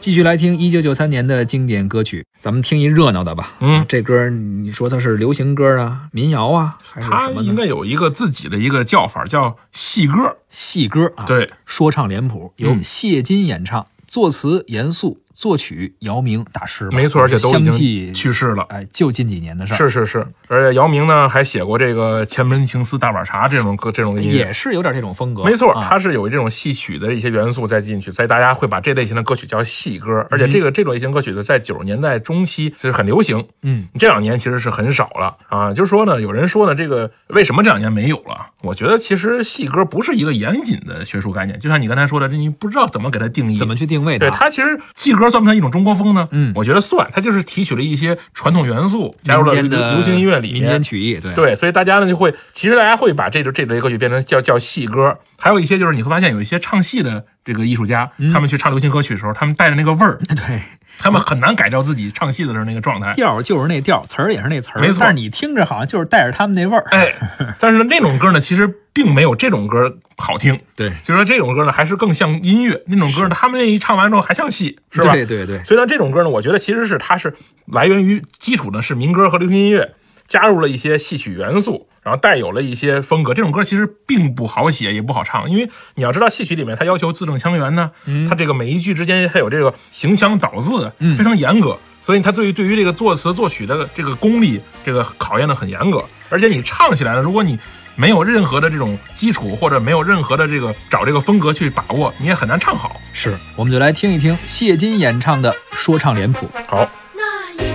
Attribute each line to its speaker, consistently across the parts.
Speaker 1: 继续来听一九九三年的经典歌曲，咱们听一热闹的吧。
Speaker 2: 嗯，
Speaker 1: 这歌你说它是流行歌啊、民谣啊，还是
Speaker 2: 他
Speaker 1: 什么
Speaker 2: 应
Speaker 1: 呢？
Speaker 2: 该有一个自己的一个叫法，叫戏歌。
Speaker 1: 戏歌啊，，
Speaker 2: 对，
Speaker 1: 说唱脸谱由
Speaker 2: 嗯
Speaker 1: 谢金演唱，作词严肃，作曲姚明大师嘛，
Speaker 2: 没错，而且都
Speaker 1: 相
Speaker 2: 已
Speaker 1: 继
Speaker 2: 经去世了。
Speaker 1: 哎，就近几年的事儿，
Speaker 2: 是是是，而且姚明呢还写过这个《前门情思》《大碗茶》这种歌，这种音乐
Speaker 1: 也。是有点这种风格，
Speaker 2: 没错，
Speaker 1: 啊
Speaker 2: 它是有这种戏曲的一些元素在进去，所以大家会把这类型的歌曲叫戏歌。而且这个这种类型歌曲呢，在九十年代中期是很流行，
Speaker 1: 嗯，
Speaker 2: 这两年其实是很少了啊。就是说呢，有人说呢，这个为什么这两年没有了？我觉得其实戏歌不是一个严谨的学术概念，就像你刚才说的，这你不知道怎么给它定义，
Speaker 1: 怎么去定位啊
Speaker 2: 对
Speaker 1: 它？
Speaker 2: 它其实戏歌算不算一种中国风呢？
Speaker 1: 嗯
Speaker 2: 我觉得算，它就是提取了一些传统元素，加入了
Speaker 1: 民间
Speaker 2: 流
Speaker 1: 的
Speaker 2: 流行音乐里面。
Speaker 1: 民间曲艺，对
Speaker 2: 对，所以大家呢就会，其实大家会把这种这类歌曲变成叫叫戏歌，还有一些就是你会发现有一些唱戏的这个艺术家，
Speaker 1: 嗯
Speaker 2: 他们去唱流行歌曲的时候，他们带着那个味儿，
Speaker 1: 对，
Speaker 2: 他们很难改造自己唱戏的时候那个状态。
Speaker 1: 调儿就是那调儿，词儿也是那词儿，
Speaker 2: 没错
Speaker 1: 但是你听着好像就是带着他们那味儿，
Speaker 2: 哎，但是呢那种歌呢，其实并没有这种歌好听。
Speaker 1: 对，
Speaker 2: 就是说这种歌呢，还是更像音乐；那种歌呢，他们那一唱完之后还像戏，是吧？
Speaker 1: 对对对，
Speaker 2: 所以呢，这种歌呢，我觉得其实是它是来源于基础呢是民歌和流行音乐，加入了一些戏曲元素，然后带有了一些风格。这种歌其实并不好写，也不好唱，因为你要知道戏曲里面它要求字正腔圆呢，它这个每一句之间它有这个行腔倒字，非常严格。所以它对于对于这个作词作曲的这个功力，这个考验的很严格。而且你唱起来呢，如果你没有任何的这种基础，或者没有任何的这个找这个风格去把握，你也很难唱好。
Speaker 1: 是，我们就来听一听谢金演唱的说唱脸谱。
Speaker 2: 好，
Speaker 3: 那一天，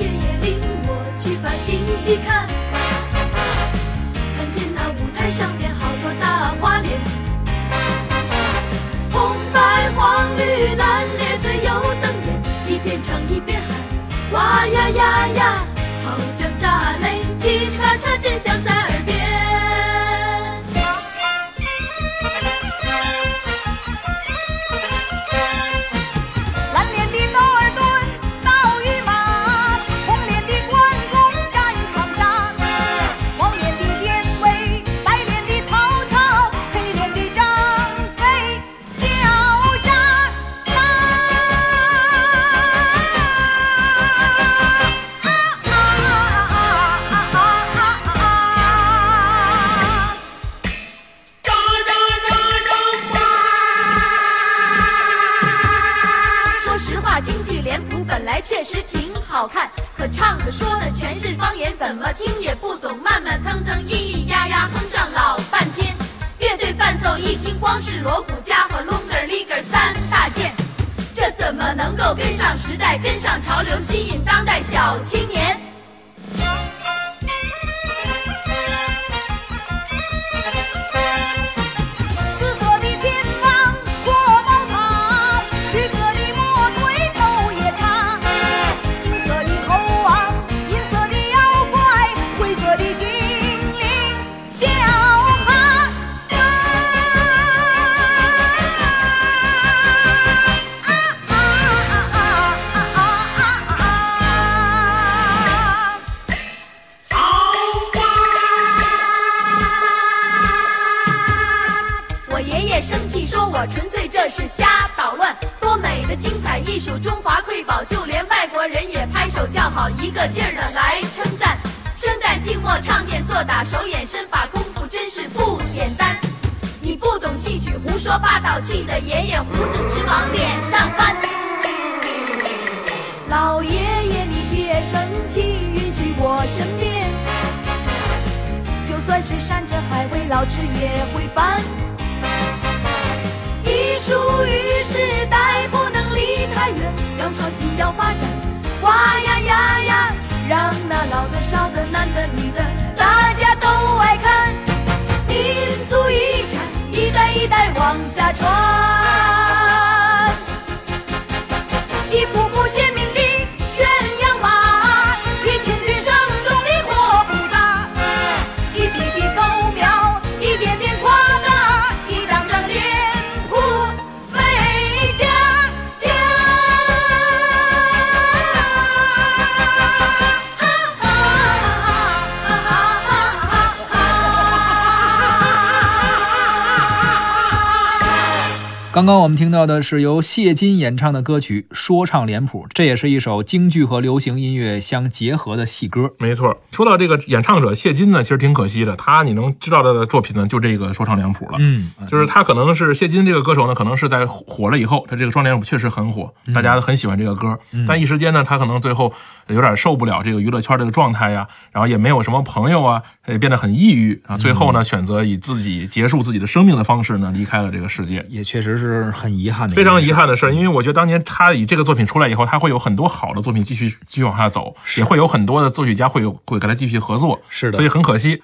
Speaker 3: 爷爷领我去把京戏看，看见那舞台上面好多大花脸，红白黄绿蓝咧子有瞪眼，一边唱一边喊，哇呀呀呀，好像炸雷，叽里咔嚓真响在耳边。
Speaker 4: 蓝脸的道尔顿到御马，红脸的关公战长沙，黄脸的典韦，白脸的曹操，黑脸的张飞叫喳喳。啊啊啊啊啊啊啊！
Speaker 5: 张张张张花。
Speaker 3: 说实话，京剧脸谱本来确实挺好看，可唱的说的全是方言，怎么听也不懂，慢慢腾腾，咿咿呀呀哼上老半天。乐队伴奏一听，光是锣鼓家伙 lunga liga 三大件，这怎么能够跟上时代，跟上潮流，吸引当代小青年？
Speaker 4: 紫色的天王过宝塔，绿色的魔鬼斗夜叉，金色的猴王，银色的妖怪，灰色的精灵小哈哈。啊啊啊啊啊啊啊！
Speaker 3: 我爷爷生气说我纯粹这是瞎捣乱，多美的精彩艺术，中华瑰宝，就连外国人也拍手叫好，一个劲儿的来称赞。生旦净末，唱念做打，手眼身法功夫真是不简单。你不懂戏曲，胡说八道，气得爷爷胡子直往脸上翻。老爷爷，你别生气，允许我申辩。就算是山珍海味，老吃也会烦。艺术与时代不能离太远，要创新要发展，哇呀呀呀，让那老的少的男的女的大家都爱看，民族遗产一代一代往下传，一幅幅鲜明的鸳鸯马，一群群生动的活菩萨。一笔笔勾描，一点点夸大，一张张脸谱美加加。啊啊啊啊啊啊啊！
Speaker 1: 刚刚我们听到的是由谢金演唱的歌曲《说唱脸谱》，这也是一首京剧和流行音乐相结合的戏歌。
Speaker 2: 没错，说到这个演唱者谢金呢，其实挺可惜的，他你能知道他的作品呢，就这个《说唱脸谱》了。
Speaker 1: 嗯，
Speaker 2: 就是他可能是谢金这个歌手呢，可能是在火火了以后，他这个双脸谱确实很火，大家很喜欢这个歌。但一时间呢，他可能最后有点受不了这个娱乐圈这个状态呀，然后也没有什么朋友啊，也变得很抑郁啊。最后呢，选择以自己结束自己的生命的方式呢，离开了这个世界。
Speaker 1: 也确实是很遗憾的，
Speaker 2: 非常遗。憾的是，因为我觉得当年他以这个作品出来以后，他会有很多好的作品继续继续往下走，也会有很多的作曲家会有会跟他继续合作，
Speaker 1: 是的
Speaker 2: 所以很可惜。